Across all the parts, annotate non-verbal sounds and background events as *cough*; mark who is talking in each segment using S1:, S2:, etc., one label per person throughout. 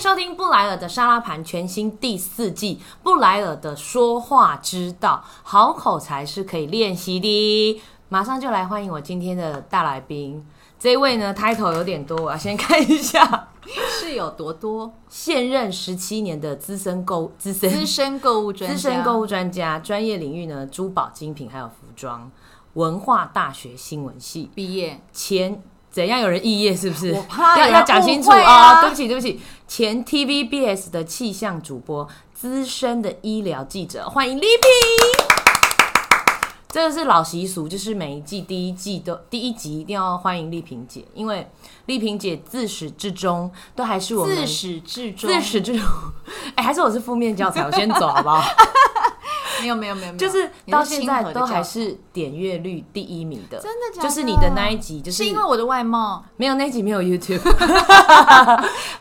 S1: 收听布莱尔的沙拉盘全新第四季《布莱尔的说话之道》，好口才是可以练习的。马上就来欢迎我今天的大来宾，这一位呢，title 有点多，我要先看一下，
S2: 是有多多？
S1: 现任十七年的资深购资深
S2: 资深购物专家，
S1: 资深购物专家，专业领域呢，珠宝、精品还有服装，文化大学新闻系
S2: 毕业，
S1: 前。怎样有人异业是不是？
S2: 我怕
S1: 要
S2: 有人
S1: 要讲清楚哦
S2: 误会啊
S1: 对不起对不起，前 TVBS 的气象主播，资深的医疗记者，欢迎 Lippy。这个是老习俗，就是每一季第一季都第一集一定要欢迎丽萍姐，因为丽萍姐自始至终都还是我们
S2: 自始至终，
S1: 自始至终， *laughs* 哎、还是我是负面教材，我先走好不
S2: *laughs*
S1: 好？
S2: 没有没有没有，没有
S1: 就是
S2: 你
S1: 到
S2: 亲
S1: 现在
S2: 和的
S1: 都
S2: 教
S1: 还
S2: 材
S1: 是点阅率第一名的，
S2: 真的假的
S1: 就是你的那一集，就是
S2: 是因为我的
S1: *laughs*
S2: 外貌，
S1: 没有那一集没有 YouTube。
S2: *laughs*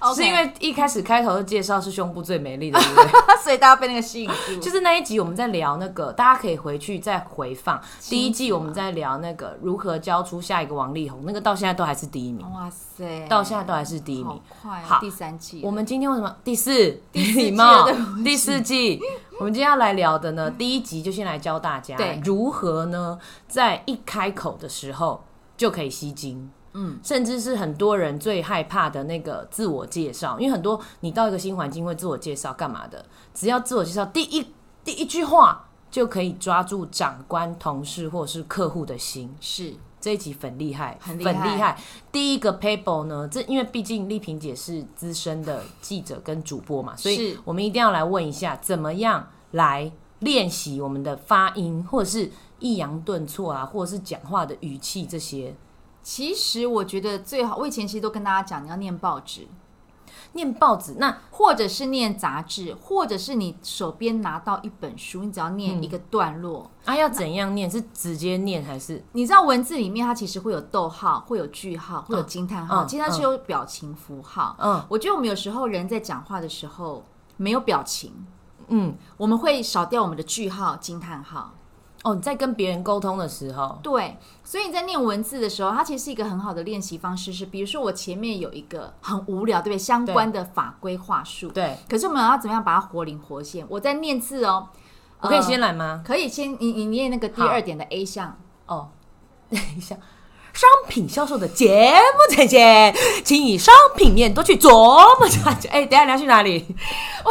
S2: OK
S1: 是因为一开始开头的介绍是胸部最美丽的，对不对？
S2: *laughs* 所以大家被那个吸引 *laughs* 住，
S1: 就是是那一集我们在聊那个，大家可以回去再回放第一
S2: 啊
S1: 季，我们在聊那个如何教出下一个王力宏，那个到现在都还是第一名，
S2: 哇塞，
S1: 到现在都还是第一
S2: 好
S1: 名。
S2: 快哦，
S1: 好
S2: 第三季了，
S1: 我们今天为什么第四
S2: 第四季了
S1: 礼貌
S2: 对不起
S1: 第四季？我们今天要来聊的呢，第一集就先来教大家
S2: 对
S1: 如何呢，在一开口的时候就可以吸睛。嗯，甚至是很多人最害怕的那个自我介绍，因为很多你到一个新环境会自我介绍干嘛的，只要自我介绍第一第一句话就可以抓住长官、同事或是客户的心。
S2: 是
S1: 这一集很厉害，
S2: 很厉害
S1: 很厉害。第一个 paper 呢，这因为毕竟丽萍姐是资深的记者跟主播嘛，所以
S2: 是
S1: 我们一定要来问一下，怎么样来练习我们的发音，或者是抑扬顿挫啊，或者是讲话的语气这些。
S2: 其实我觉得最好，我以前其实都跟大家讲，你要念报纸，
S1: 念报纸，那
S2: 或者是念杂志，或者是你手边拿到一本书，你只要
S1: 嗯
S2: 念一个段落。
S1: 啊要怎样念？是直接念还是？
S2: 你知道文字里面它其实会有逗号，会有句号，会有惊叹号，
S1: 嗯
S2: 其实它是有表情符号。
S1: 嗯
S2: 我觉得我们有时候人在讲话的时候没有表情，
S1: 嗯，
S2: 我们会少掉我们的句号、惊叹号。
S1: 哦，你在跟别人沟通的时候，
S2: 对，所以你在念文字的时候，它其实是一个很好的练习方式。是比如说我前面有一个很无聊，对不对？相关的法规话术，。
S1: 对，
S2: 可是我们要怎么样把它活灵活现？我在念字哦，
S1: 我可以
S2: 呃
S1: 先来吗？
S2: 可以先你你念那个第
S1: 好
S2: 二点的 A 项，
S1: 哦， *laughs* 等一下，商品销售的节目呈现，请以商品面多去琢磨下去。哎、等一下你要去哪
S2: *laughs*
S1: 里？
S2: 我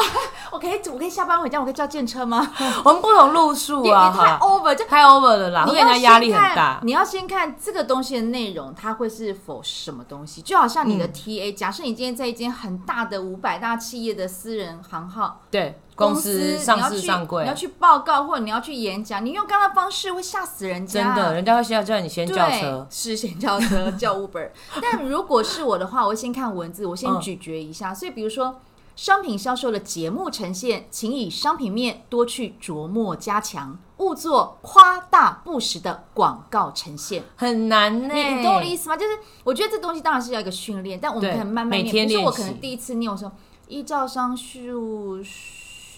S2: 可以我可以下班回家，我可以叫电车吗？
S1: 我们不同路数
S2: 也也
S1: 啊，
S2: 太
S1: 哈，
S2: over 就
S1: 太 over 了啦，会
S2: 哦你
S1: 让
S2: 要
S1: 人家
S2: 先
S1: 压力很
S2: 看
S1: 大。
S2: 你要先看这个东西的内容，它会是否什么东西？就好像你
S1: 嗯
S2: 的 TA，、假设你今天在一间很大的五百大企业的私人行号
S1: 对，
S2: 公
S1: 公司
S2: 你
S1: 上
S2: 要
S1: 市
S2: 去
S1: 上
S2: 你
S1: 柜
S2: 要，去报告或者你要去演讲，你用刚刚方式会吓死人
S1: 真
S2: 家。
S1: 的，。人家会需要叫你先
S2: 对，
S1: 叫车。
S2: 是先叫车叫
S1: *laughs*
S2: Uber，但如果是我的话，我会先看文字，我先
S1: 嗯
S2: 咀嚼一下。所以，比如说商品销售的节目呈现，请以商品面多去琢磨加强，勿做夸大不实的广告呈现。
S1: 很难呢、
S2: 你你懂我的意思吗？就是我觉得这东西当然是要一个训练，但我
S1: 对
S2: 们可能慢慢
S1: 每
S2: 练。
S1: 天
S2: 比如说
S1: 练
S2: 我
S1: 习
S2: 可能第一次念，我说依照商述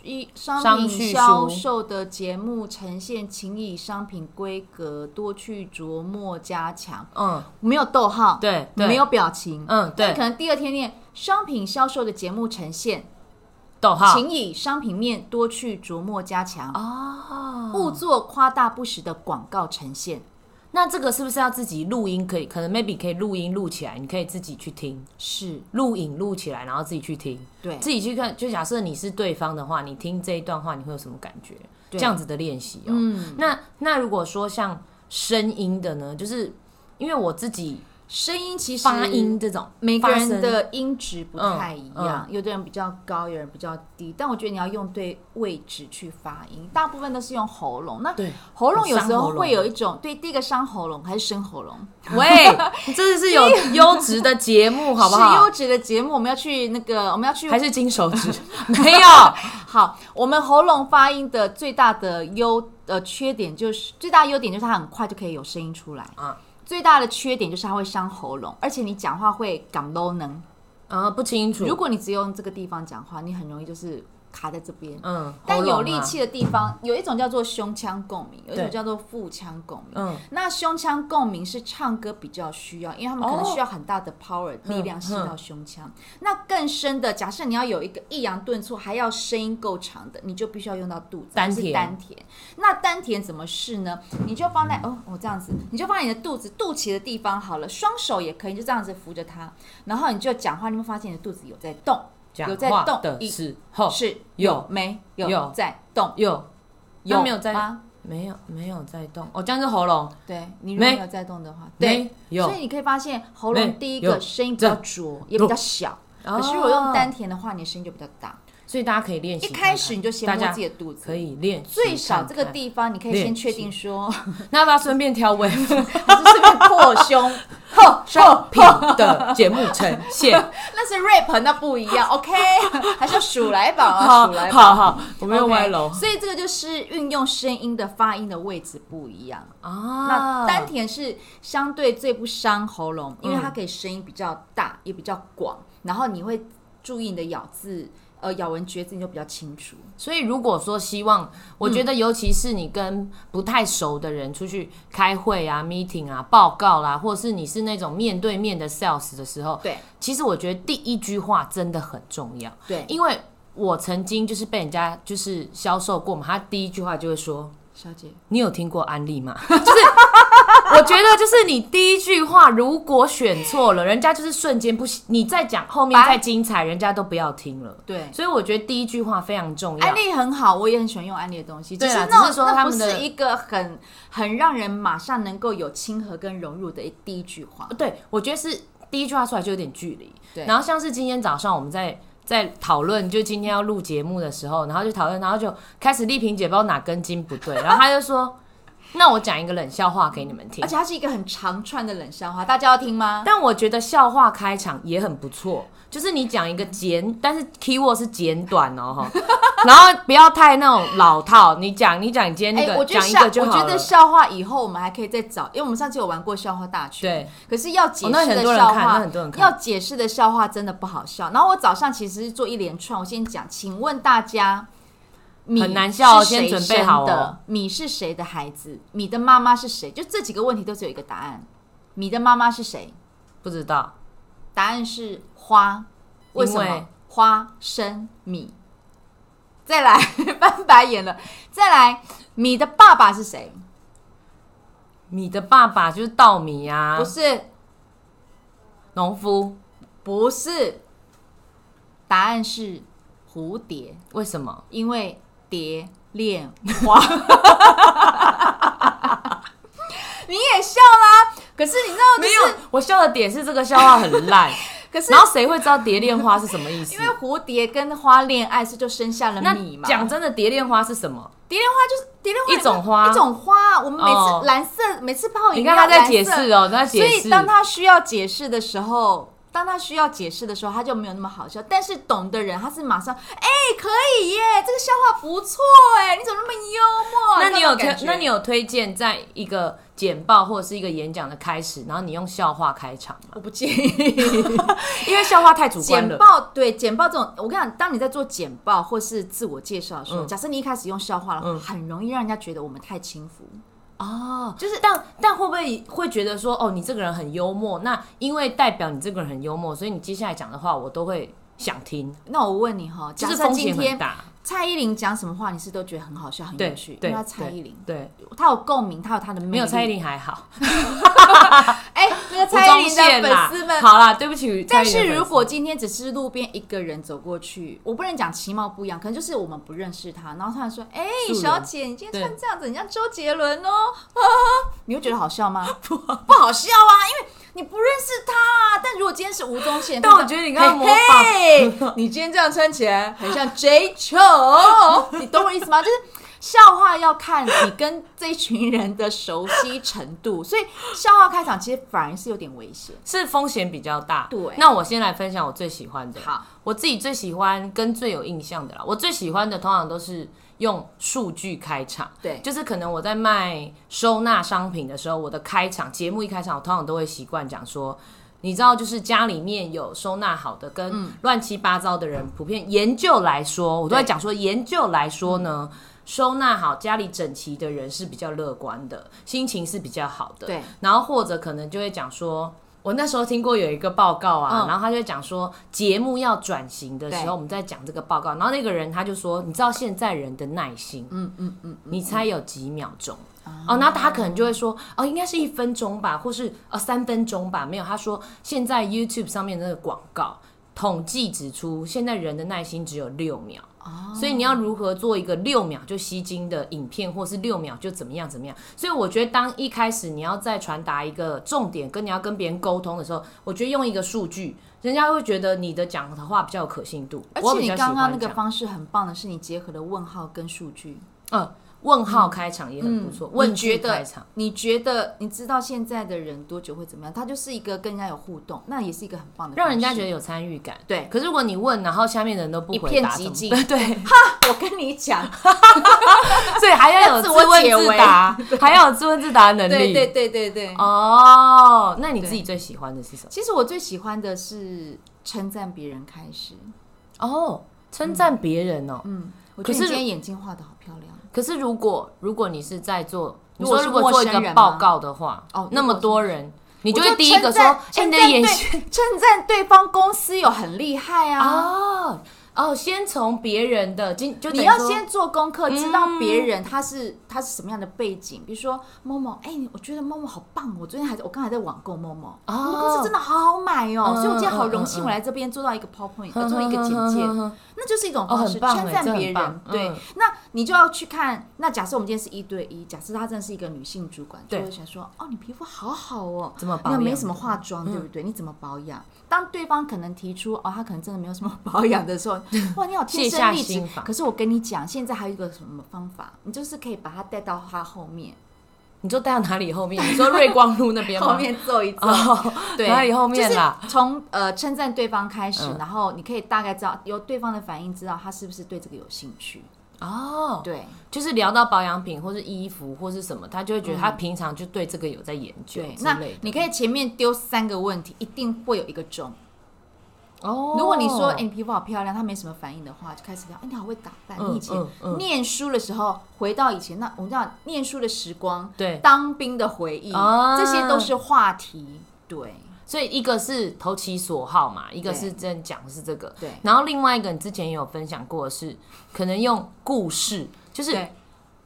S2: 一
S1: 商
S2: 商
S1: 叙
S2: 品
S1: 述
S2: 销售的节目呈现，请以商品规格多去琢磨加强，
S1: 嗯，
S2: 没有逗号，
S1: 对对
S2: 没有表情，
S1: 嗯对
S2: 那可能第二天念商品销售的节目呈现，
S1: 逗号。
S2: 请以商品面多去琢磨加
S1: 嗯
S2: 强，
S1: 哦，
S2: 勿做夸大不实的广告呈现。
S1: 那这个是不是要自己录音？可以，可能 maybe 可以录音录起来，你可以自己去听，
S2: 是
S1: 录影录起来，然后自己去听。
S2: 对，
S1: 自己去看，就假设你是对方的话，你听这一段话，你会有什么感觉？这
S2: 对
S1: 样子的练习哦。
S2: 嗯，
S1: 那那如果说像声音的呢，就是因为我自己
S2: 声音其实
S1: 发音这种，
S2: 每个
S1: 发声
S2: 人的音质不太一
S1: 嗯
S2: 样，有的人比较高，有人比较低。但我觉得你要用对位置去发音，大部分都是用喉咙。那
S1: 对
S2: 喉咙有时
S1: 伤喉
S2: 候
S1: 咙
S2: 会有一种对，第一个伤喉咙还是生喉咙， *laughs*
S1: 喂，这是有优质的节目，好不
S2: 是
S1: 好
S2: 优？质的节目，我们要去那个，我们要
S1: *laughs*
S2: 去
S1: 还是金手
S2: *laughs*
S1: 指？没有，
S2: 好。我们喉咙发音的最大的优呃缺点就是最大的优点就是它很快就可以有声音出来
S1: 嗯
S2: 最大的缺点就是它会伤喉咙，而且你讲话会感 low 能。
S1: 啊，不清楚。
S2: 如果你只用这个地方讲话，你很容易就是卡在这边。
S1: 嗯，
S2: 但
S1: 喉
S2: 有
S1: 咙
S2: 力
S1: 啊，
S2: 气的地方，有一种叫做胸腔共鸣，有一种
S1: 对
S2: 叫做腹腔共鸣。
S1: 嗯，
S2: 那胸腔共鸣是唱歌比较需要，因为他们可能
S1: 哦
S2: 需要很大的 power、
S1: 嗯
S2: 力量吸到胸腔。那更深的，假设你要有一个抑扬顿挫，还要声音够长的，你就必须要用到肚子，
S1: 丹
S2: 就是
S1: 田
S2: 丹田。那丹田怎么试呢？你就放在哦，我这样子，你就放在你的肚子肚脐的地方好了，双手也可以，你就这样子扶着它，然后你就讲话，你会发现你的肚子有在动，有
S1: 讲
S2: 在
S1: 话
S2: 动
S1: 的
S2: 一
S1: 时候
S2: 是
S1: 有
S2: 没有
S1: 哦有
S2: 在动？
S1: 有
S2: 有
S1: 没有在
S2: 吗？
S1: 没有没有在动？哦，这样是喉咙，
S2: 对你如果
S1: 没
S2: 没有在动的话，对。
S1: 没有
S2: 所以，你可以发现喉
S1: 没
S2: 咙第一
S1: 有
S2: 个声音比较
S1: 这哦
S2: 浊，也比较小。可是如果用丹田的话，你的声音就比较大。
S1: 所以大家可以练习
S2: 一
S1: 看看。
S2: 开始你就先
S1: 大
S2: 摸
S1: 家
S2: 自己的肚子，
S1: 可以练习看看，
S2: 最少这个地方你可以先确定说， *laughs*
S1: 那要不要顺便挑微
S2: 还是顺便扩
S1: *laughs*
S2: 胸。吼
S1: 商
S2: 吼，
S1: 品的节目呈
S2: *laughs*
S1: 现？
S2: 那是 rap，那不一样，OK？还 *laughs* 是数来宝啊，
S1: 好
S2: 数来宝。
S1: 好好，我没有
S2: OK，
S1: 歪楼
S2: 所以这个就是运用声音的发音的位置不一样。
S1: 啊
S2: 那丹田是相对最不伤喉咙，因为它
S1: 嗯
S2: 可以声音比较大，也比较广，然后你会注意你的咬字，呃，咬文嚼字你就比较清楚。
S1: 所以如果说希望，我觉
S2: 嗯
S1: 得尤其是你跟不太熟的人出去开会啊、meeting 啊、报告啦、或者是你是那种面对面的 sales 的时候，
S2: 对
S1: 其实我觉得第一句话真的很重要，
S2: 对，
S1: 因为我曾经就是被人家就是销售过嘛，他第一句话就会说。
S2: 小姐，
S1: 你有听过安利吗？ *laughs* 就是我觉得，就是你第一句话如果选错了，人家就是瞬间不行。你再讲后面
S2: 白
S1: 再精彩，人家都不要听了。
S2: 对。
S1: 所以我觉得第一句话非常重要。
S2: 安利很好，我也很喜欢用安利的东西。
S1: 对
S2: 只
S1: 啦
S2: 是那
S1: 只是说
S2: 那
S1: 他
S2: 不
S1: 们的
S2: 是一个很很让人马上能够有亲和跟融入的一第一句话。
S1: 对，我觉得是第一句话出来就有点距离。
S2: 对
S1: 然后像是今天早上我们在在讨论，就今天要录节目的时候，然后就讨论，然后就开始丽萍姐不知道哪根筋不对，然后她就说：“ *laughs* 那我讲一个冷笑话给你们听
S2: 而。且它是一个很长串的冷笑话，大家要听”吗？
S1: 但我觉得笑话开场也很不错，就是你讲一个简，但是 keyword 是简短哦，哈，
S2: *laughs*
S1: 然后不要太那种老套。你讲，你讲，你今天那
S2: 哎、
S1: 个
S2: 我觉得
S1: 讲、一
S2: 笑，
S1: 个就
S2: 我
S1: 好
S2: 觉
S1: 了
S2: 得。笑话以后我们还可以再找，因为我们上次有玩过笑话大全。
S1: 对。
S2: 可是要解
S1: 哦那
S2: 释
S1: 很
S2: 的
S1: 多人
S2: 笑
S1: 看那
S2: 话，
S1: 很多人看
S2: 要解释的笑话真的不好笑。然后我早上其实是做一连串，我先讲，请问大家，米
S1: 很难笑哦
S2: 是谁
S1: 先准备好哦
S2: 生的米是谁的孩子？米的妈妈是谁？就这几个问题都只有一个答案。米的妈妈是谁？
S1: 不知道，
S2: 答案是花。为什
S1: 因为
S2: 么？花生米。再来， *laughs* 翻白眼了。再来，米的爸爸是谁？
S1: 你的爸爸就是稻米啊
S2: 不，是，
S1: 农夫，
S2: 不是，答案是蝴蝶，
S1: 为什么？
S2: 因为蝶恋花。 *laughs* 你也笑啦，可是你知道，
S1: 没有，我笑的点是这个笑话很烂，
S2: *laughs* 可是
S1: 然后谁会知道蝶恋花是什么意思
S2: *laughs* 因？为蝴蝶跟花恋爱是就生下了
S1: 那
S2: 米嘛。
S1: 讲真的，蝶恋花是什么？
S2: 蝶恋花就是蝶恋花
S1: 一种花
S2: 一种花。我们每
S1: 哦
S2: 次蓝色，每次泡饮
S1: 你
S2: 料，
S1: 看他在
S2: 蓝色
S1: 解释哦，他在
S2: 所
S1: 解
S2: 以
S1: 释。
S2: 当他需要解释的时候，当他需要解释的时候，他就没有那么好笑。但是懂的人，他是马上，哎、可以耶，这个笑话不错哎，你怎么哦那么幽默？
S1: 那你有
S2: 这
S1: 推
S2: 种感觉？
S1: 那你有推荐在一个简报或者是一个演讲的开始，然后你用笑话开场吗？
S2: 我不介意。
S1: 因为笑话太主观
S2: 简
S1: 了。
S2: 报对简报这种，我跟你讲，当你在做简报或是自我介绍的时候，
S1: 嗯
S2: 假设你一开始用笑话的话，
S1: 嗯
S2: 很容易让人家觉得我们太轻浮。
S1: 哦，就是但但会不会会觉得说，哦，你这个人很幽默，那因为代表你这个人很幽默，所以你接下来讲的话我都会想听，
S2: 那我问你哈，
S1: 就
S2: 假
S1: 是
S2: 设
S1: 风
S2: 今
S1: 险很
S2: 天
S1: 大。
S2: 蔡依林讲什么话，你是都觉得很好笑、很有
S1: 对
S2: 趣，因
S1: 对
S2: 为她蔡依林，
S1: 对，
S2: 她有共鸣，她有她的魅力。
S1: 没有蔡依林还好。
S2: 哎、那个
S1: 吴
S2: 蔡
S1: 宗
S2: 依林的
S1: 宪啦
S2: 粉丝们。
S1: 好啦，对不起。
S2: 但
S1: 蔡依林
S2: 是
S1: 的粉丝
S2: 如果今天只是路边一个人走过去，我不能讲其貌不扬，可能就是我们不认识他，然后突然说：“哎、
S1: 素人
S2: 小姐，你今天穿这样子，你像周杰
S1: *laughs*
S2: 伦哦。呵呵”你会觉得好笑吗？不，好笑啊，因为你不认识他啊。但如果今天是吴宗宪，
S1: *laughs* 但我觉得你刚刚模仿
S2: 嘿嘿你今天这样穿起来很像 J. Cho，你懂我意思
S1: *laughs*
S2: 吗？就是。笑话要看你跟这一群人的熟悉程度，所以笑话开场其实反而是有点危险。
S1: 是风险比较大。
S2: 对
S1: 那我先来分享我最喜欢的。
S2: 好，
S1: 我自己最喜欢跟最有印象的啦。我最喜欢的通常都是用数据开场，
S2: 对
S1: 就是可能我在卖收纳商品的时候，我的开场节目一开场，我通常都会习惯讲说。你知道，就是家里面有收纳好的跟乱七八糟的人，普遍研究来说，我都在
S2: 嗯对嗯
S1: 讲说，研究来说呢，收纳好家里整齐的人是比较乐观的，心情是比较好的。
S2: 对，
S1: 然后或者可能就会讲说。我那时候听过有一个报告啊，
S2: 嗯
S1: 然后他就讲说节目要转型的时
S2: 对
S1: 候，我们在讲这个报告，然后那个人他就说，你知道现在人的耐心，
S2: 嗯嗯嗯，
S1: 你猜有几秒钟？哦，那他可能就会说，哦，应该是一分钟吧，或是呃三分钟吧。没有，他说现在 YouTube 上面那个广告统计指出，现在人的耐心只有六秒。
S2: 哦
S1: 所以你要如何做一个六秒就吸睛的影片，或是六秒就怎么样怎么样？所以我觉得，当一开始你要再传达一个重点，跟你要跟别人沟通的时候，我觉得用一个数据，人家会觉得你的讲的话比较有可信度。
S2: 而
S1: 我
S2: 且
S1: 比
S2: 你
S1: 较喜
S2: 刚刚
S1: 欢
S2: 那
S1: 这
S2: 个
S1: 样
S2: 方式很棒的是，你结合了问号跟数据。
S1: 呃问号开场也很不错，问
S2: 嗯你
S1: 句
S2: 觉
S1: 开
S2: 得
S1: 场。
S2: 你觉得你知道现在的人多久会怎么样？他就是一个跟人家有互动，那也是一个很棒的方式，
S1: 让人家觉得有参与感。
S2: 对
S1: 可是如果你问，然后下面的人都不
S2: 一
S1: 回答，
S2: 片寂
S1: 怎么
S2: 静。
S1: 办
S2: 对，哈，我跟
S1: *laughs*
S2: 你讲，
S1: 所以还要有
S2: 要
S1: 自
S2: 自我
S1: 问
S2: 解
S1: 自
S2: 围 *laughs*
S1: 答，还要有自问自答的能
S2: 对
S1: 力。
S2: 对对对对。
S1: 哦，那你自己最喜欢的是什么？
S2: 其实我最喜欢的是称赞别人开始。
S1: 哦，称赞别人哦。
S2: 嗯，我
S1: 可是
S2: 觉得你今天眼睛画的好漂亮。
S1: 可是如果如果你是在做，你
S2: 如果
S1: 说
S2: 是
S1: 如果做一
S2: 陌生
S1: 个
S2: 人
S1: 报
S2: 吗
S1: 告的话，
S2: 哦
S1: 那
S2: 如
S1: 么
S2: 果是
S1: 多人，你
S2: 我
S1: 就会
S2: 就
S1: 第一个说
S2: 称赞，
S1: 哎，你的
S2: 称赞
S1: 眼
S2: 对
S1: 线
S2: 称赞对方公司有很厉害啊。
S1: 哦哦，先从别人的今就
S2: 你
S1: 等于
S2: 要
S1: 说嗯
S2: 先做功课，知道别人他是、他是什么样的背景，比如说某某，哎、我觉得某某好棒，哦我昨天还在我刚才在网购某某，
S1: 哦
S2: 我们公司真的好好买哦，
S1: 嗯
S2: 所以我今天好荣
S1: 嗯嗯嗯
S2: 幸
S1: 嗯
S2: 我来这边做到一个 PowerPoint，
S1: 哼
S2: 呃，做一个简
S1: 哼哼
S2: 介
S1: 哼，哼
S2: 那就是一种
S1: 哦
S2: 方式，
S1: 很棒
S2: 称
S1: 哎
S2: 赞
S1: 这很
S2: 别
S1: 棒
S2: 人。对，
S1: 嗯
S2: 那你就要去看。那假设我们今天是一对一，假设她真的是一个女性主管，就
S1: 对
S2: 会想说：“哦，你皮肤好好哦，
S1: 怎么保
S2: 你又没
S1: 养嗯
S2: 什么化妆，对不对？你怎么保养？”当对方可能提出“哦，她可能真的没有什么保养”的
S1: *laughs*
S2: 时候，哇，你好
S1: 卸
S2: 天
S1: 下
S2: 生丽质
S1: 心防。
S2: 可是我跟你讲，现在还有一个什么方法，你就是可以把它带到她后面，
S1: 你就带到哪里后面？你说瑞光路那边吗？
S2: 后面揍一揍。
S1: 哦，
S2: 对，
S1: 哪里后面啦？
S2: 就是从呃称赞对方开始，
S1: 嗯
S2: 然后你可以大概知道由对方的反应知道他是不是对这个有兴趣。
S1: 哦，
S2: 对，
S1: 就是聊到保养品或是衣服或是什么，他就会觉得他平常就对这个有在研究
S2: 对，
S1: 之
S2: 那
S1: 类的。
S2: 你可以前面丢三个问题，一定会有一个中。
S1: 哦
S2: 如果你说“哎、你皮肤好漂亮”，他没什么反应的话，就开始聊“哎、你好会打扮”
S1: 嗯
S2: 你以前、
S1: 嗯嗯
S2: 念书的时候，回到以前那我们叫念书的时光，
S1: 对
S2: 当兵的回忆，
S1: 啊
S2: 这些都是话题。对，
S1: 所以一个是投其所好嘛，一个是
S2: 对
S1: 真的讲的是这个，
S2: 对
S1: 然后另外一个你之前也有分享过的是，可能用故事，就是
S2: 对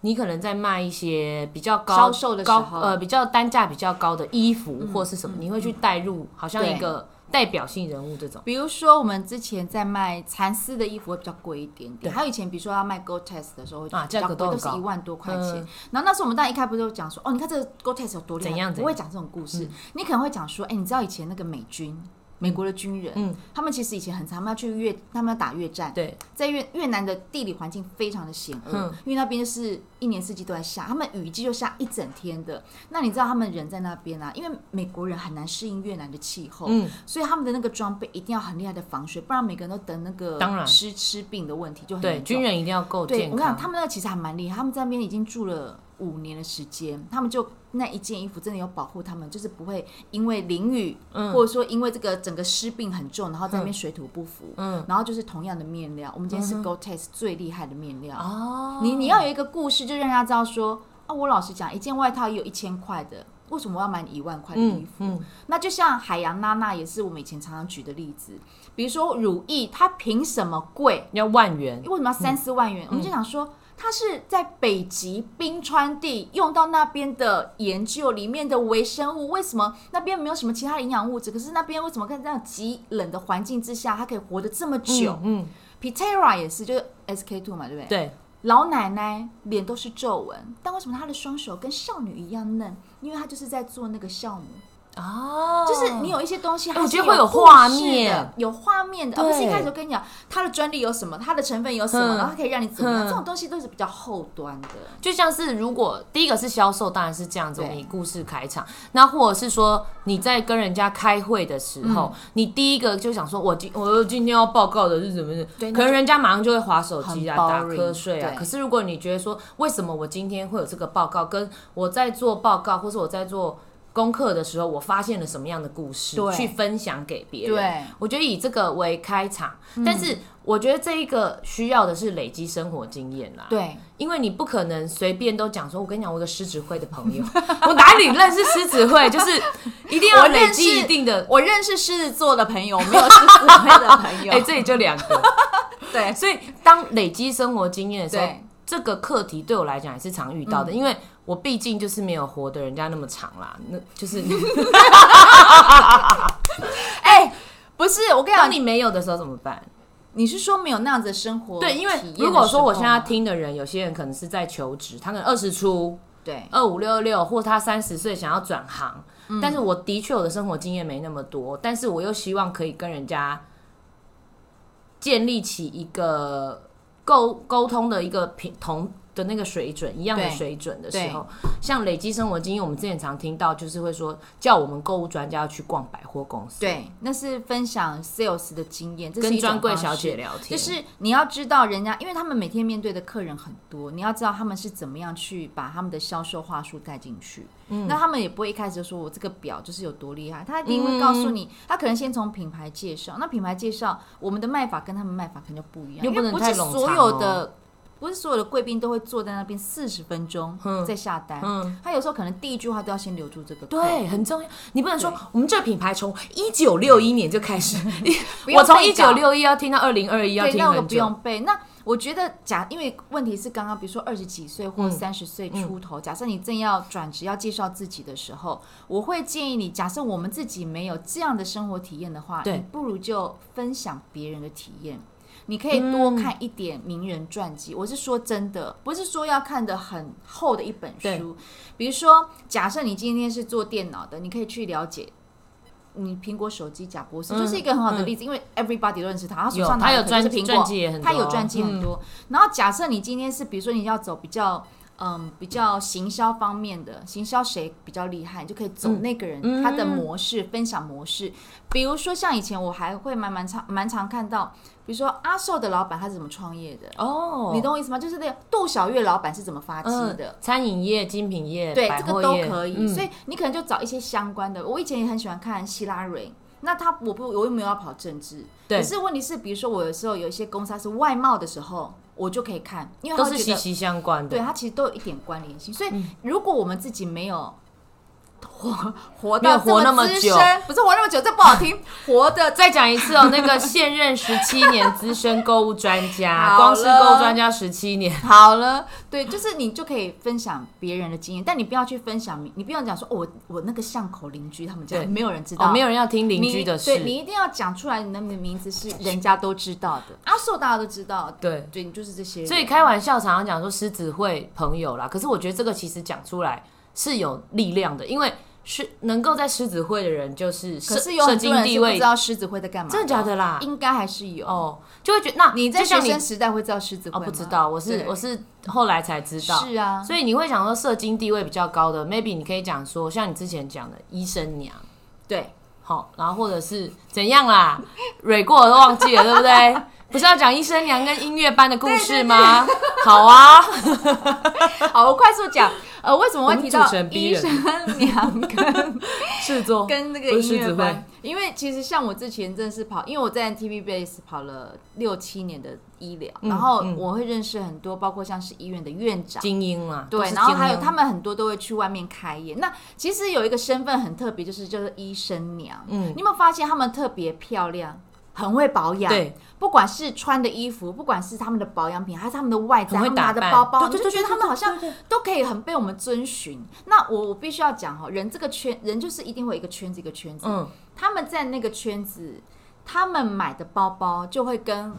S1: 你可能在卖一些比较高
S2: 销售的时
S1: 高
S2: 候嗯
S1: 呃比较单价比较高的衣服或是什么，你会去带入好像
S2: 对
S1: 一个代表性人物这种。
S2: 比如说我们之前在卖蚕丝的衣服会比较贵一点
S1: 对
S2: 点，还有以前比如说要卖 g o t e s 的时候会比
S1: 啊价
S2: 较
S1: 格
S2: 贵，
S1: 都很
S2: 都是
S1: 高
S2: 一万多块钱。
S1: 嗯
S2: 然后那时候我们当然一开不就讲说，哦，你看这个 g o t e s 有多厉害，
S1: 怎样怎样嗯
S2: 不会讲这种故事，你可能会讲说，哎，你知道以前那个美军。美国的军人，
S1: 嗯
S2: 他们其实以前很常他们要去越，他们要打越战，
S1: 对，
S2: 在越越南的地理环境非常的险恶，
S1: 嗯
S2: 因为那边就是一年四季都在下，他们雨季就下一整天的。那你知道他们人在那边啊，因为美国人很难适应越南的气候，
S1: 嗯，
S2: 所以他们的那个装备一定要很厉害的防水，不然每个人都得那个
S1: 当然
S2: 湿湿病的问题就很
S1: 对，
S2: 严重
S1: 军。人一定要够
S2: 对，
S1: 健
S2: 我跟你讲，
S1: 康。
S2: 他们那其实还蛮厉害，他们在那边已经住了五年的时间，他们就那一件衣服真的有保护他们，就是不会因为淋雨，
S1: 嗯
S2: 或者说因为这个整个湿病很重，然后在那边水土不服，
S1: 嗯
S2: 然后就是同样的面料，我们今天是 GoTex 最厉害的面料，
S1: 哦，
S2: 你你要有一个故事，就让大家知道说啊，我老实讲，一件外套也有一千块的，为什么我要买你一万块的衣服？
S1: 嗯嗯
S2: 那就像海洋娜娜也是我们以前常常举的例子，比如说乳液，它凭什么贵？
S1: 要万元
S2: 为什么要三四万元？我们就想说。它是在北极冰川地用到那边的研究里面的微生物，为什么那边没有什么其他的营养物质？可是那边为什么在这样极冷的环境之下，它可以活得这么久、
S1: 嗯，嗯
S2: p i t e r a 也是，就是 SK two 嘛，对不对？
S1: 对，
S2: 老奶奶脸都是皱纹，但为什么她的双手跟少女一样嫩？因为她就是在做那个酵母，
S1: 哦，
S2: 就是你有一些东西，它
S1: 哎我
S2: 是
S1: 觉得会有
S2: 有故
S1: 画
S2: 事的
S1: 面，
S2: 有画面的，哦
S1: 对
S2: 而不是一开始就跟你讲它的专利有什么，它的成分有什么，
S1: 嗯
S2: 然后它可以让你怎么
S1: 嗯
S2: 样，这种东西都是比较后端的。
S1: 就像是如果第一个是销售，当然是这样子，我
S2: 对
S1: 们以故事开场。那或者是说你在跟人家开会的时候，
S2: 嗯
S1: 你第一个就想说，我今我今天要报告的是什么事？
S2: 对那
S1: 可能人家马上就会划手机啊，
S2: 很
S1: 打
S2: boring，
S1: 瞌睡啊。
S2: 对
S1: 可是如果你觉得说，为什么我今天会有这个报告，跟我在做报告，或是我在做。功课的时候，我发现了什么样的故事
S2: 对，
S1: 去分享给别人。
S2: 对嗯
S1: 我觉得以这个为开场，但是我觉得这一个需要的是累积生活经验啦。，
S2: 对，
S1: 因为你不可能随便都讲说，我跟你讲，我有个狮子会的朋友， *laughs* 我哪里认识狮子会，就是一定要
S2: 我认
S1: 累
S2: 识
S1: 积一定的。
S2: 我认识狮子座的朋友，没有狮子座的朋
S1: *laughs*
S2: 友。
S1: 哎、这里就两个，
S2: 对
S1: 所以当累积生活经验的时候
S2: 对，嗯
S1: 这个课题对我来讲也是常遇到的，因为我毕竟就是没有活得人家那么长啦，那
S2: *laughs*
S1: 就是
S2: 哎、不是，我跟你
S1: 当
S2: 讲，
S1: 你
S2: 你
S1: 没有的时候怎么办？
S2: 你是说没有那样子的生
S1: *laughs*
S2: 活
S1: 对，因为
S2: 体验的
S1: 如果
S2: 时
S1: 说
S2: 候
S1: 我现在
S2: 吗，
S1: 听的人，有些人可能是在求职，他可能二十出、
S2: 对
S1: 二五六六，或他三十岁想要转行，
S2: 嗯
S1: 但是我的确我的生活经验没那么多，但是我又希望可以跟人家建立起一个沟沟通的一个平同的那个水准一样的
S2: 对
S1: 水准的时候，像累积生活经验，我们之前常听到就是会说叫我们购物专家要去逛百货公司，，
S2: 对，那是分享 sales 的经验，这是
S1: 跟
S2: 一种
S1: 专柜
S2: 方
S1: 小
S2: 式
S1: 姐聊天，
S2: 就是你要知道人家，因为他们每天面对的客人很多，你要知道他们是怎么样去把他们的销售话术带进去。
S1: 嗯
S2: 那他们也不会一开始就说我这个表就是有多厉害，他一定
S1: 嗯
S2: 会告诉你，他可能先从品牌介绍。那品牌介绍，我们的卖法跟他们卖法可能就不一样，
S1: 又
S2: 因
S1: 不
S2: 为
S1: 能
S2: 不
S1: 太
S2: 是
S1: 冗
S2: 所
S1: 长
S2: 有
S1: 哦
S2: 的。不是所有的贵宾都会坐在那边四十分钟再下单，他有时候可能第一句话都要先留住这个客人，
S1: 对，很重要。你不能说
S2: 对
S1: 我们这品牌从一九六一年就开始，
S2: *laughs* 不用
S1: 我从一
S2: 背稿
S1: 九六一要听到二零二一，要
S2: 对，
S1: 听
S2: 那个
S1: 很
S2: 不
S1: 久
S2: 用。背。那我觉得假，因为问题是刚刚，比如说二十几岁
S1: 嗯
S2: 或三十岁出头，假设你正要转职要介绍自己的时候，我会建议你，假设我们自己没有这样的生活体验的话，
S1: 对
S2: 你不如就分享别人的体验。你可以多
S1: 嗯
S2: 看一点名人传记，我是说真的，不是说要看的很厚的一本
S1: 对
S2: 书。比如说，假设你今天是做电脑的，你可以去了解你苹果手机贾博士，
S1: 嗯
S2: 就是一个很好的
S1: 嗯
S2: 例子，因为 everybody 都认识他，他手
S1: 有
S2: 上拿
S1: 他有
S2: 的可能就是
S1: 专
S2: 苹果，
S1: 传记也很
S2: 他有
S1: 多嗯
S2: 传记很多。然后假设你今天是，比如说你要走比较。嗯，比较行销方面的，行销谁比较厉害，你就可以走
S1: 嗯
S2: 那个人、他的模式、分享模式。比如说像以前我还会蛮蛮常蛮常看到，比如说阿寿的老板他是怎么创业的，
S1: 哦，嗯
S2: 你懂我意思吗？就是那个杜小月老板是怎么发迹的，
S1: 餐饮业、精品业、
S2: 对，
S1: 百
S2: 这
S1: 货
S2: 个都
S1: 业
S2: 可以。
S1: 嗯
S2: 所以你可能就找一些相关的。我以前也很喜欢看希拉蕊，那他我不我又没有要跑政治，
S1: 对
S2: 可是问题是，比如说我有时候有一些公司它是外贸的时候，我就可以看，因为
S1: 都
S2: 他
S1: 是嗯
S2: 觉
S1: 息
S2: 得
S1: 息相关
S2: 对
S1: 的。
S2: 它其实都有一点关联性。所以如果我们自己没有。活活
S1: 没有
S2: 到
S1: 活
S2: 这
S1: 那么
S2: 资
S1: 久
S2: 深，不是活那么久，这不好听。活的
S1: 再讲一次哦，那个现任十七年资深购物专家，
S2: *laughs* 好
S1: 光是
S2: 了
S1: 购物专家十七年，
S2: 好了，对，就是你就可以分享别人的经验，但你不要去分享你，你不要讲说，哦、我我那个巷口邻居他们家
S1: 对
S2: 没有人知道，
S1: 哦，没有人要听邻居的
S2: 你
S1: 事
S2: 对。你一定要讲出来，你的名字是人家都知道的，阿寿大家都知道，
S1: 对，
S2: 对你就是这些人，
S1: 所以开玩笑常常讲说狮子会朋友啦，可是我觉得这个其实讲出来是有力量的，因为是能够在狮子会的人就是社
S2: 可是有
S1: 社
S2: 很多
S1: 经
S2: 人
S1: 地
S2: 是不
S1: 位
S2: 知道狮子会在干嘛，
S1: 真的假的啦？
S2: 应该还是有。
S1: 哦，就会觉得那
S2: 你在
S1: 就
S2: 学
S1: 像你
S2: 生时代会知道狮子会
S1: 哦
S2: 吗？
S1: 不知道，我是
S2: 对
S1: 我是后来才知道，
S2: 是啊，
S1: 所以你会想说社经地位比较高的，maybe 你可以讲说像你之前讲的医生娘，
S2: 对，
S1: 好，然后或者是怎样
S2: *laughs*
S1: 啦，蕊过我都忘记了，对不对？不是要讲医生娘跟音乐班的故事吗？好
S2: *laughs*
S1: 啊，
S2: 好，我快速讲，呃，为什么
S1: 我
S2: 会
S1: 们
S2: 提
S1: 主
S2: 到
S1: 持人逼
S2: 医
S1: 人
S2: 生 *laughs* 娘跟
S1: *laughs* 制作
S2: 跟那个
S1: 不是
S2: 音
S1: 狮
S2: 乐
S1: 子
S2: 班，因为其实像我之前真的是跑，因为我在 TVBS 跑了六七年的医疗，
S1: 嗯
S2: 然后我会认识很多，包括像是医院的院长。
S1: 精英啦，都
S2: 对，
S1: 是
S2: 然后
S1: 精
S2: 还有
S1: 英
S2: 他们很多都会去外面开业。那其实有一个身份很特别，就是就是医生娘。嗯，你有没有发现他们特别漂亮，很会保养？
S1: 对，
S2: 不管是穿的衣服，不管是他们的保养品，还是他们的外
S1: 很
S2: 在，他
S1: 会
S2: 们拿
S1: 打
S2: 的
S1: 扮
S2: 包包，
S1: 对对
S2: 你就觉
S1: 对
S2: 得
S1: 对
S2: 他们好像
S1: 对对
S2: 都可以很被我们遵循。那我我必须要讲哈，人这个圈，人就是一定会有一个圈子一个圈子。
S1: 嗯，
S2: 他们在那个圈子，他们买的包包就会跟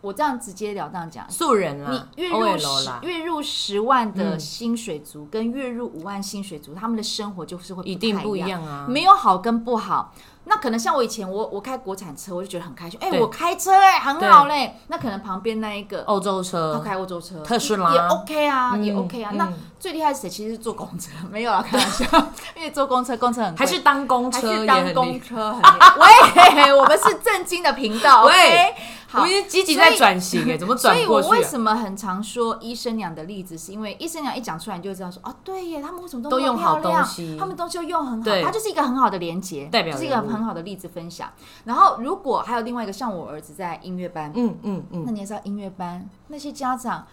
S2: 我这样直截了当讲，
S1: 素人
S2: 你
S1: 啦，
S2: 月
S1: OL
S2: 入十
S1: 啊啦，
S2: 月入十万的
S1: 嗯
S2: 薪水族跟月入五万薪水族，他们的生活就是会
S1: 一定
S2: 太
S1: 不
S2: 一
S1: 一样啊。
S2: 没有好跟不好。那可能像我以前我我开国产车，我就觉得很开心，哎、
S1: 对
S2: 我开车哎、很好嘞、那可能旁边那一个
S1: 欧洲
S2: 他
S1: 车
S2: 开欧洲车，
S1: 特斯拉
S2: 也 OK 啊，
S1: 嗯
S2: 也 OK 啊。
S1: 嗯
S2: 那最厉害是谁？其实是坐公车，没有啊，开玩笑， *laughs* 因为坐公车公车很
S1: 还
S2: 贵
S1: 是当公
S2: 还
S1: 车也很
S2: 是当
S1: 厉
S2: *laughs* 公车很厉害喂，我们是正经的频道。
S1: 喂
S2: OK，好
S1: 我已经积极在转型哎，怎么转
S2: 所以
S1: 过
S2: 我
S1: 去
S2: 为
S1: 啊？
S2: 什么很常说医生娘的例子，是因为医生娘一讲出来，你就知道说，哦，对耶，他们为什么
S1: 都
S2: 那
S1: 用
S2: 么
S1: 好
S2: 漂亮
S1: 东西
S2: 他们东西都用很好
S1: 对，
S2: 它就是一个很好的连接，
S1: 代表
S2: 就是一个
S1: 人物
S2: 很好的例子分享。然后如果还有另外一个，像我儿子在音乐班，
S1: 嗯嗯嗯
S2: 那你也知道音乐班那些家长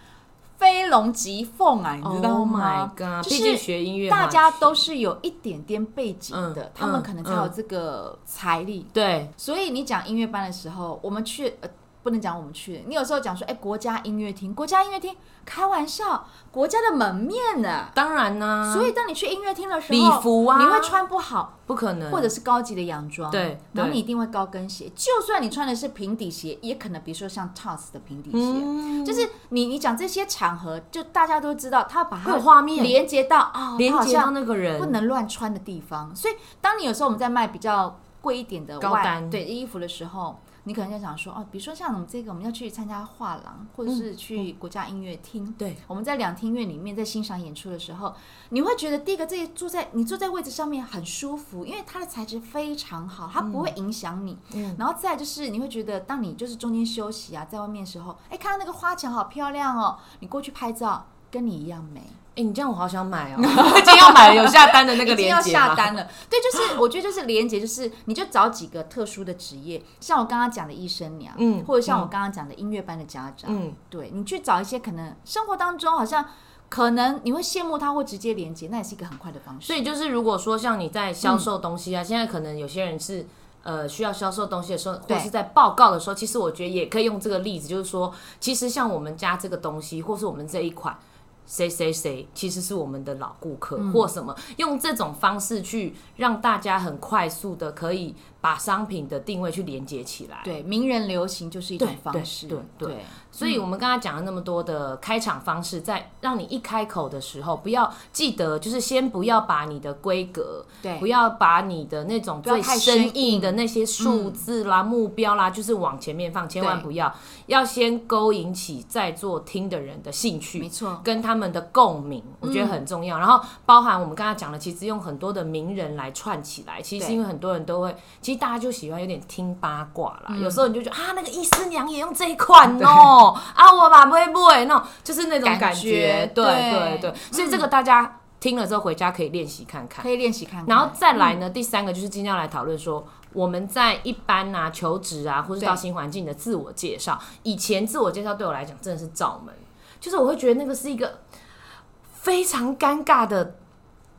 S2: 飞龙即凤啊，你知道
S1: ，Oh my
S2: 吗
S1: god！
S2: 就
S1: 毕
S2: 是
S1: 竟学音乐嘛，
S2: 大家都是有一点点背景的，
S1: 嗯
S2: 他
S1: 嗯
S2: 们可能才有
S1: 嗯
S2: 这个财力。
S1: 对
S2: 所以你讲音乐班的时候，我们去呃。不能讲我们去，你有时候讲说，哎、国家音乐厅，国家音乐厅，开玩笑，国家的门面呢、
S1: 当然啦，
S2: 所以当你去音乐厅的时
S1: 嗯
S2: 候，
S1: 礼服啊
S2: 你会穿不好，
S1: 不可能，
S2: 或者是高级的洋装，
S1: 对
S2: 然后
S1: 对
S2: 你一定会高跟鞋，就算你穿的是平底鞋，也可能比如说像 Toss 的平底鞋，
S1: 嗯
S2: 就是你你讲这些场合，就大家都知道，他把
S1: 会
S2: 它
S1: 有画面
S2: 连接到啊，
S1: 连
S2: 他好
S1: 接到
S2: 像
S1: 那个人，
S2: 不能乱穿的地方。所以，当你有时候我们在卖比较贵一点的
S1: 高
S2: 外
S1: 单
S2: 对衣服的时候，你可能就想说，哦，比如说像我们这个，我们要去参加画廊，或者是去国家音乐厅。
S1: 对
S2: 我们在两厅院里面在欣赏演出的时候，你会觉得第一个，这些坐在你坐在位置上面很舒服，因为它的材质非常好，它不会影响你。
S1: 嗯
S2: 然后再来就是你会觉得，当你就是中间休息啊，在外面的时候，哎，看到那个花墙好漂亮哦，你过去拍照，跟你一样美。
S1: 哎、你这样我好想
S2: *laughs*
S1: 买哦、我已经要买了有下单的那个
S2: 已经
S1: 链
S2: 要
S1: 接
S2: 下单了。对，就是我觉得就是连接，就是你就找几个特殊的职业，像我刚刚讲的医生娘，
S1: 嗯
S2: 或者像我刚刚讲的音乐班的家长，
S1: 嗯，
S2: 对你去找一些可能生活当中好像可能你会羡慕他或直接连接，那也是一个很快的方式。
S1: 所以就是如果说像你在销售东西啊，现在可能有些人是。呃，需要销售东西的时候，或
S2: 对
S1: 是在报告的时候，其实我觉得也可以用这个例子，就是说，其实像我们家这个东西，或是我们这一款谁谁谁，其实是我们的老顾客、或什么，用这种方式去让大家很快速的可以把商品的定位去连接起来。
S2: 对，名人流行就是一种
S1: 对对
S2: 方式，
S1: 对对
S2: 对
S1: 所以我们刚才讲了那么多的开场方式，在让你一开口的时候，不要记得，就是先不要把你的规格，
S2: 对
S1: 不要把你的那种
S2: 不要
S1: 最
S2: 太
S1: 生硬
S2: 生硬嗯
S1: 的那些数字啦、目标啦，就是往前面放，千万
S2: 对
S1: 不要，要先勾引起在座听的人的兴趣，
S2: 没错，嗯
S1: 跟他们的共鸣，我觉得很重要。然后包含我们刚才讲的，其实用很多的名人来串起来，其实是
S2: 对
S1: 因为很多人都会，其实大家就喜欢有点听八卦
S2: 嗯
S1: 啦。有时候你就觉得啊，那个伊思娘也用这一款哦、 *laughs* 啊，我把不会不会那种，就是那种感觉。
S2: 感觉
S1: 对对
S2: 对嗯
S1: 对，所以这个大家听了之后回家可以练习看看。
S2: 可以练习看看。
S1: 然后再来呢，第三个就是今天要来讨论说，我们在一般啊求职啊，或是
S2: 对
S1: 到新环境的自我介绍，以前自我介绍对我来讲真的是罩门，就是我会觉得那个是一个非常尴尬的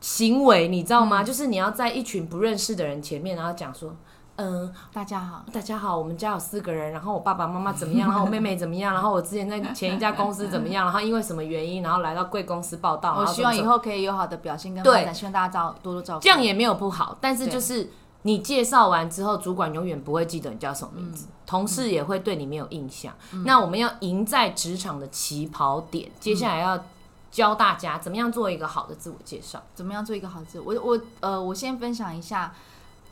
S1: 行为，你知道
S2: 嗯
S1: 吗？就是你要在一群不认识的人前面，然后讲说，嗯，
S2: 大家好，
S1: 大家好，我们家有四个人，然后我爸爸妈妈怎么样，然后我妹妹怎么样，然后我之前在前一家公司怎么样，然后因为什么原因，然后来到贵公司
S2: *laughs*
S1: 报道，然
S2: 我
S1: 后
S2: 哦希
S1: 怎么
S2: 望以
S1: 怎么
S2: 后可以有好的表现跟
S1: 对
S2: 发展，希望大家照多多照顾。
S1: 这样也没有不好，但是
S2: 对
S1: 就是你介绍完之后，主管永远不会记得你叫什么名字，同事也会对你没有印象。那我们要赢在职场的起跑点，接下来要教大家怎么样做一个好的自我介绍。
S2: 怎么样做一个好字？我我呃，我先分享一下。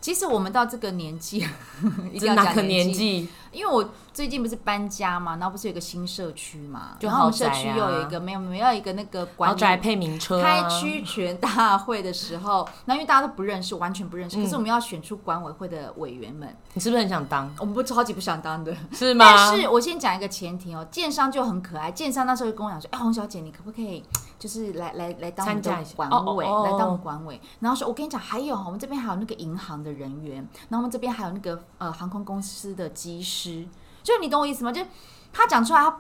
S2: 其实我们到这个年纪， *laughs* 一定
S1: 这
S2: 要
S1: 哪
S2: 讲
S1: 个年
S2: 年？
S1: 纪？
S2: 因为我最近不是搬家嘛，然后不是有一个新社区嘛，
S1: 就
S2: 然后我们
S1: 豪
S2: 社
S1: 宅
S2: 区
S1: 啊
S2: 又有一个没有没有要一个那个
S1: 豪
S2: 管
S1: 宅
S2: 理。
S1: 配名车、啊
S2: 开。区全大会的时候， *laughs* 那因为大家都不认识，完全不认识，可是我们要选出管委会的委员们，
S1: 你是不是很想当？
S2: 我们不超级不想当的，
S1: 是吗？
S2: 但是我先讲一个前提哦，建商就很可爱。建商那时候就跟我讲说：“哎，洪小姐，你可不可以就是来来来当我
S1: 参
S2: 们
S1: 加
S2: 的
S1: 一下
S2: 管
S1: 哦哦
S2: 委，
S1: 哦哦
S2: 来当我们管委？”然后说：“我跟你讲，还有哦我们这边还有那个银行的人员，然后我们这边还有那个呃航空公司的机师，就你懂我意思吗？就是他讲出来，他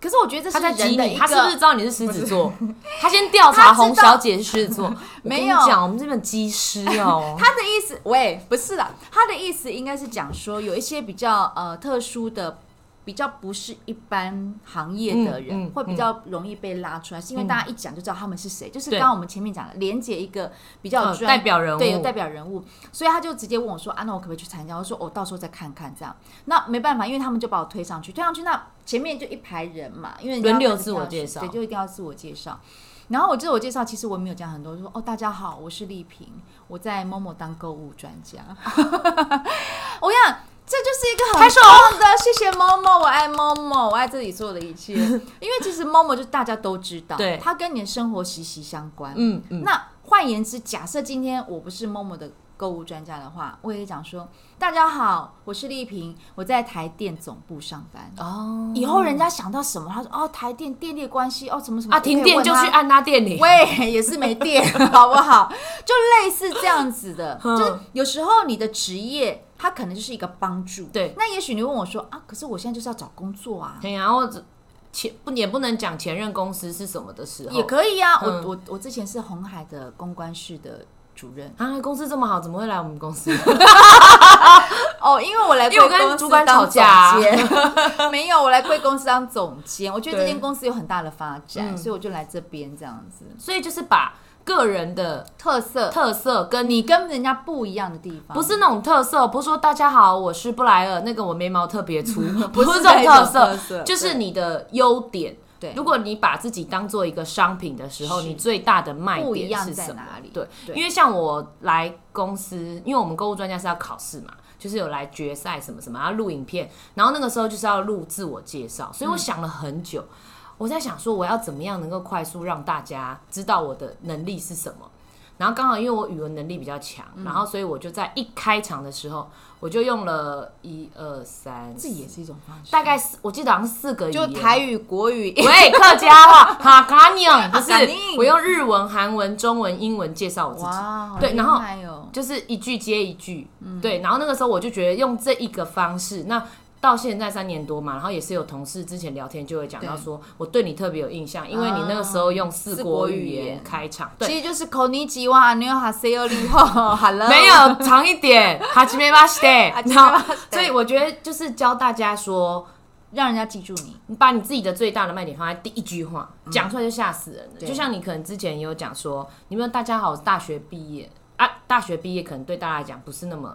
S2: 可是我觉得这
S1: 他
S2: 是
S1: 在
S2: 人
S1: 挤
S2: 的
S1: 你，
S2: 一
S1: 他是不是
S2: 个
S1: 知道你是狮子座？他先调查
S2: 他知道
S1: 洪小姐是狮子座。
S2: 没
S1: 我
S2: 有
S1: 跟你讲，我们这边有机师 *laughs* 哦、
S2: 他的意思，喂，不是啦，他的意思应该是讲说有一些比较呃特殊的。”比较不是一般行业的人，
S1: 嗯嗯嗯
S2: 会比较容易被拉出来，是因为大家一讲就知道他们是谁。就是
S1: 对
S2: 刚刚我们前面讲的，连接一个比较有
S1: 呃
S2: 专、
S1: 代表人物，
S2: 对有代表人物，所以他就直接问我说：“啊，那我可不可以去参加？”我说：“我、到时候再看看。”这样，那没办法，因为他们就把我推上去，推上去那前面就一排人嘛，因为你要
S1: 轮流
S2: 开始
S1: 自我
S2: 跳去
S1: 介绍
S2: 对，就一定要自我介绍。然后我自我介绍，其实我没有讲很多，就说哦，大家好，我是丽萍，我在某某当购物专家。 *laughs* 我跟你讲，这就是一个很棒的，谢谢某某，我爱某某，我爱这里所有的一切。因为其实某某就大家都知道，
S1: 对
S2: 它跟你的生活息息相关。
S1: 嗯嗯，
S2: 那换言之，假设今天我不是某某的购物专家的话，我也会讲说：“大家好，我是丽萍，我在台电总部上班。
S1: 哦
S2: 以后人家想到什么，他说：“哦，台电电力关系，哦，什么什么
S1: 啊，停电就去
S2: *laughs* 按。
S1: 按拉电铃，
S2: 喂，也是没电，好不好？ *laughs* 就类似这样子 *laughs* 的，
S1: 嗯
S2: 就是有时候你的职业，它可能就是一个帮助。
S1: 对
S2: 那也许你问我说啊，可是我现在就是要找工作啊，
S1: 对呀，或者前不也不能讲前任公司是什么的时候，
S2: 也可以啊。
S1: 嗯
S2: 我我我之前是红海的公关室的主任
S1: 啊，公司这么好，怎么会来我们公司？ *laughs*
S2: 哦，因为我来贵
S1: 因为我跟
S2: 公司
S1: 主管
S2: 当
S1: 吵架啊
S2: 总监 *laughs* 没有，我来贵公司当总监，我觉得这
S1: 对
S2: 间公司有很大的发展，
S1: 嗯
S2: 所以我就来这边这样子。
S1: 所以就是把个人的
S2: 特色，
S1: 特色跟
S2: 你
S1: 你
S2: 跟人家不一样的地方，
S1: 不是那种特色，不是说大家好，我是布莱尔，那个我眉毛特别
S2: *laughs*
S1: 粗，不是这
S2: 那
S1: 种
S2: 种
S1: 特
S2: 特色
S1: 色，就是你的优点。
S2: 对
S1: 如果你把自己当做一个商品的时候，
S2: 是
S1: 你最大的卖
S2: 不一
S1: 点
S2: 样
S1: 是
S2: 在
S1: 什么
S2: 哪里？
S1: 对，
S2: 对
S1: 因为像我来公司，因为我们购物专家是要考试嘛，就是有来决赛什么什么，要录影片，然后那个时候就是要录自我介绍，所以
S2: 嗯
S1: 我想了很久，我在想说我要怎么样能够快速让大家知道我的能力是什么。然后刚好因为我语文能力比较强，
S2: 嗯
S1: 然后所以我就在一开场的时候，我就用了一二三，
S2: 这也是一种方式。
S1: 大概四，我记得好像四个语
S2: 就
S1: 言
S2: 台语、国语，
S1: 喂，客家话，哈嘎娘，不是
S2: 哈嘎宁，
S1: 我用日文、韩文、中文、英文介绍我自己，
S2: 哇，
S1: 哎对
S2: 好
S1: 然后
S2: 厉害哦
S1: 就是一句接一句，
S2: 嗯
S1: 对。然后那个时候我就觉得用这一个方式，那到现在三年多嘛，然后也是有同事之前聊天就会讲到
S2: 对
S1: 说，我对你特别有印象，因为你那个时候用四国语言开场，对。
S2: 其实就是口尼吉哇，你有哈塞欧利
S1: *laughs*
S2: 后，好了，
S1: 没有长一
S2: *laughs*
S1: 点，哈基梅巴西
S2: 哈
S1: 然
S2: 基梅巴
S1: 后
S2: 西
S1: 所以我觉得就是教大家说，
S2: 让人家记住你，
S1: 你把你自己的最大的卖点放在第一句话，讲、出来就吓死人了。
S2: 嗯对
S1: 就像你可能之前也有讲说，你们大家好，我是大学毕业啊，大学毕业可能对大家来讲不是那么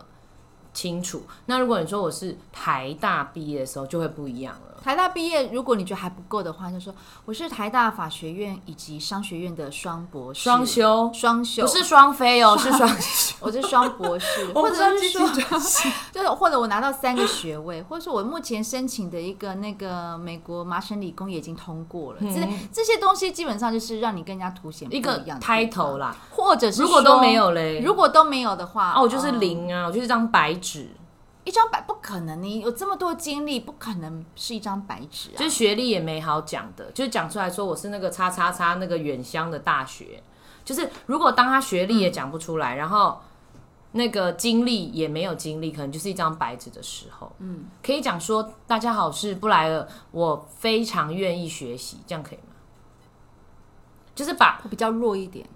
S1: 清楚。那如果你说我是台大毕业的时候，就会不一样了。
S2: 台大毕业，如果你觉得还不够的话，就说我是台大法学院以及商学院的双博士，
S1: 双修
S2: 双修，
S1: 不是双飞哦，是
S2: *laughs*
S1: 双修。
S2: 我是双博
S1: *laughs*
S2: 士，
S1: 我
S2: 或
S1: 不知道
S2: 者是
S1: 继续
S2: 说， *laughs* 就是或者我拿到三个学位，或者说我目前申请的一个那个美国麻省理工也已经通过了，这、这些东西基本上就是让你跟人家凸显不
S1: 嗯一个
S2: 样的地方
S1: title 啦，
S2: 或者是
S1: 如果都
S2: 说
S1: 没有嘞
S2: 如果都没有的话，
S1: 啊，我就是
S2: 嗯
S1: 零啊，我就是张白纸，
S2: 一张白不可能，你有这么多经历，不可能是一张白纸啊
S1: 就。是学历也没好讲的，就是讲出来说我是那个叉叉叉那个远乡的大学，就是如果当他学历也讲不出来，然后那个经历也没有经历，可能就是一张白纸的时候，嗯，可以讲说大家好，我是布莱尔，我非常愿意学习，这样可以吗？就是把，
S2: 我比较弱一点，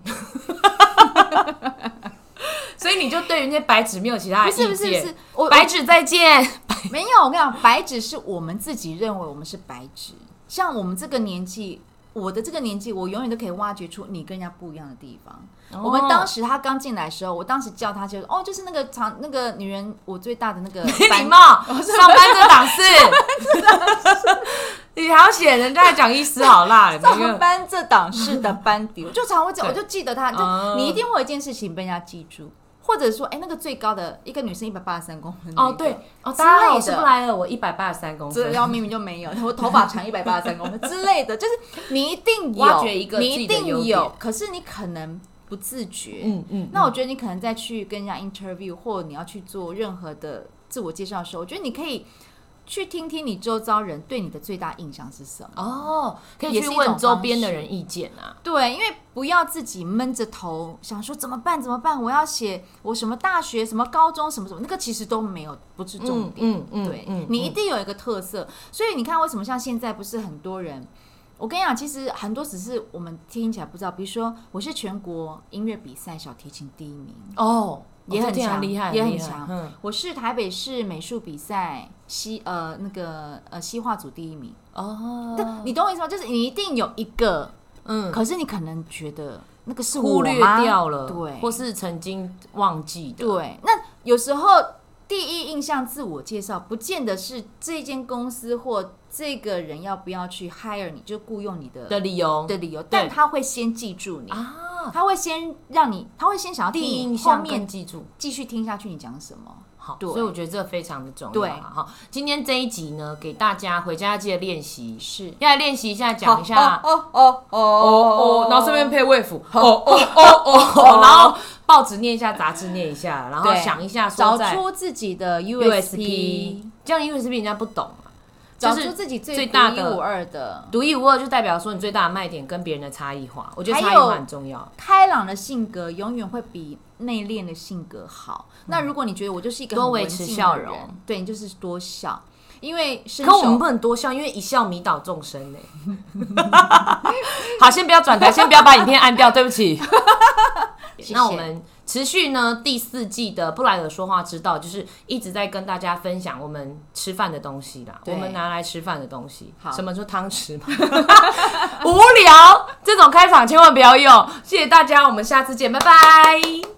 S1: 所以你就对于那些白纸没有其他
S2: 不
S1: 的
S2: 是不
S1: 意
S2: 是不是
S1: 见，，
S2: 我
S1: 白纸再见，
S2: 我 *laughs* 没有。我跟你讲，白纸是我们自己认为我们是白纸。像我们这个年纪，我的这个年纪，我永远都可以挖掘出你跟人家不一样的地方。
S1: 哦
S2: 我们当时他刚进来的时候，我当时叫他就是哦，就是那个长那个女人，我最大的那
S1: *laughs*
S2: 个
S1: 没礼
S2: 班
S1: 貌，上班这档事， *laughs* 你还要写人家来讲医师好 *laughs* 辣，每
S2: 上
S1: 个
S2: 班这档事的班
S1: *laughs*
S2: 底，我就常会讲，我
S1: 对
S2: 就记得他，就
S1: 哦
S2: 你一定会有一件事情被人家记住，或者说，哎，那个最高的一个女生一百八十三公分，
S1: 哦对，哦，
S2: 之
S1: 大家好，
S2: 类
S1: 我是布
S2: 的。
S1: 莱尔，我一百八十三公
S2: 这
S1: 分，
S2: 然后明明就没有，我头发长一百八十三公分之类的，就是你一定有，
S1: 挖掘一个
S2: 你
S1: 自己
S2: 一
S1: 的优
S2: 定
S1: 点
S2: 有，可是你可能不自觉。
S1: 嗯嗯，
S2: 那我觉得你可能在去跟人家 interview 或你要去做任何的自我介绍的时候，我觉得你可以去听听你周遭人对你的最大印象是什么。
S1: 哦，可以
S2: 也是
S1: 去
S2: 一种
S1: 问周
S2: 方
S1: 边的
S2: 式
S1: 人意见啊，
S2: 对，因为不要自己闷着头想说怎么办怎么办，我要写我什么大学什么高中什么什么，那个其实都没有，不是重
S1: 嗯
S2: 点。
S1: 嗯嗯，
S2: 对
S1: 嗯，
S2: 你一定有一个特色，所以你看为什么像现在不是很多人。我跟你讲，其实很多只是我们听起来不知道，比如说我是全国音乐比赛小提琴第一名，
S1: 哦，
S2: 也
S1: 也
S2: 很
S1: 很
S2: 强，
S1: 强，厉害，
S2: 也很
S1: 厉害
S2: 强。
S1: 嗯，
S2: 我是台北市美术比赛西呃那个呃西画组第一名，但
S1: 哦，
S2: 你懂我意思吗？就是你一定有一个，
S1: 嗯，
S2: 可是你可能觉得那个是我
S1: 忽略
S2: 吗
S1: 掉了，
S2: 对，
S1: 或是曾经忘记的，
S2: 对。那有时候第一印象自我介绍，不见得是这间公司或这个人要不要去 hire 你，就雇佣你的
S1: 的理由
S2: 的理由，但他会先记住你。
S1: 啊。啊，
S2: 他会先让你，他会先想要
S1: 第
S2: 听
S1: 一
S2: 你
S1: 印
S2: 后
S1: 象
S2: 面
S1: 更记住。
S2: 继续听下去你讲什么。
S1: 好，
S2: 对
S1: 所以我觉得这非常的重要
S2: 对
S1: 啊哈。今天这一集呢，给大家回家记得练习，
S2: 是
S1: 要来练习一下，讲一下
S2: 哦哦哦
S1: 哦哦，然后顺便配卫服，哦哦哦哦，然后报纸念一下，杂志念一下，然后
S2: 对
S1: 想一下说
S2: 找
S1: 在
S2: 出自己的
S1: USP，
S2: USP，
S1: 这样 USP 人家不懂嘛，
S2: 找
S1: 就
S2: 出
S1: 是
S2: 自己
S1: 最
S2: 最
S1: 大
S2: 独一
S1: 的
S2: 无二的。
S1: 独一无二就代表说你最大的卖点跟别人的差异化，我觉得
S2: 还
S1: 差异化
S2: 有
S1: 很重要。
S2: 开朗的性格永远会比内敛的性格好。那如果你觉得我就是一个
S1: 嗯
S2: 很
S1: 多维
S2: 文
S1: 持
S2: 静的
S1: 笑
S2: 人
S1: 容，
S2: 对你就是多笑，因为伸
S1: 可我们
S2: 手
S1: 不能多笑，因为一笑迷倒众生呢、 *laughs* 好，先不要转台，先不要把影片按掉，对不起。
S2: 谢
S1: 那我们持续呢第四季的布莱尔说话之道，就是一直在跟大家分享我们吃饭的东西啦，
S2: 对
S1: 我们拿来吃饭的东西
S2: 好，
S1: 什么说汤匙
S2: *laughs*
S1: 嘛，无聊，这种开场千万不要用。谢谢大家，我们下次见，拜拜。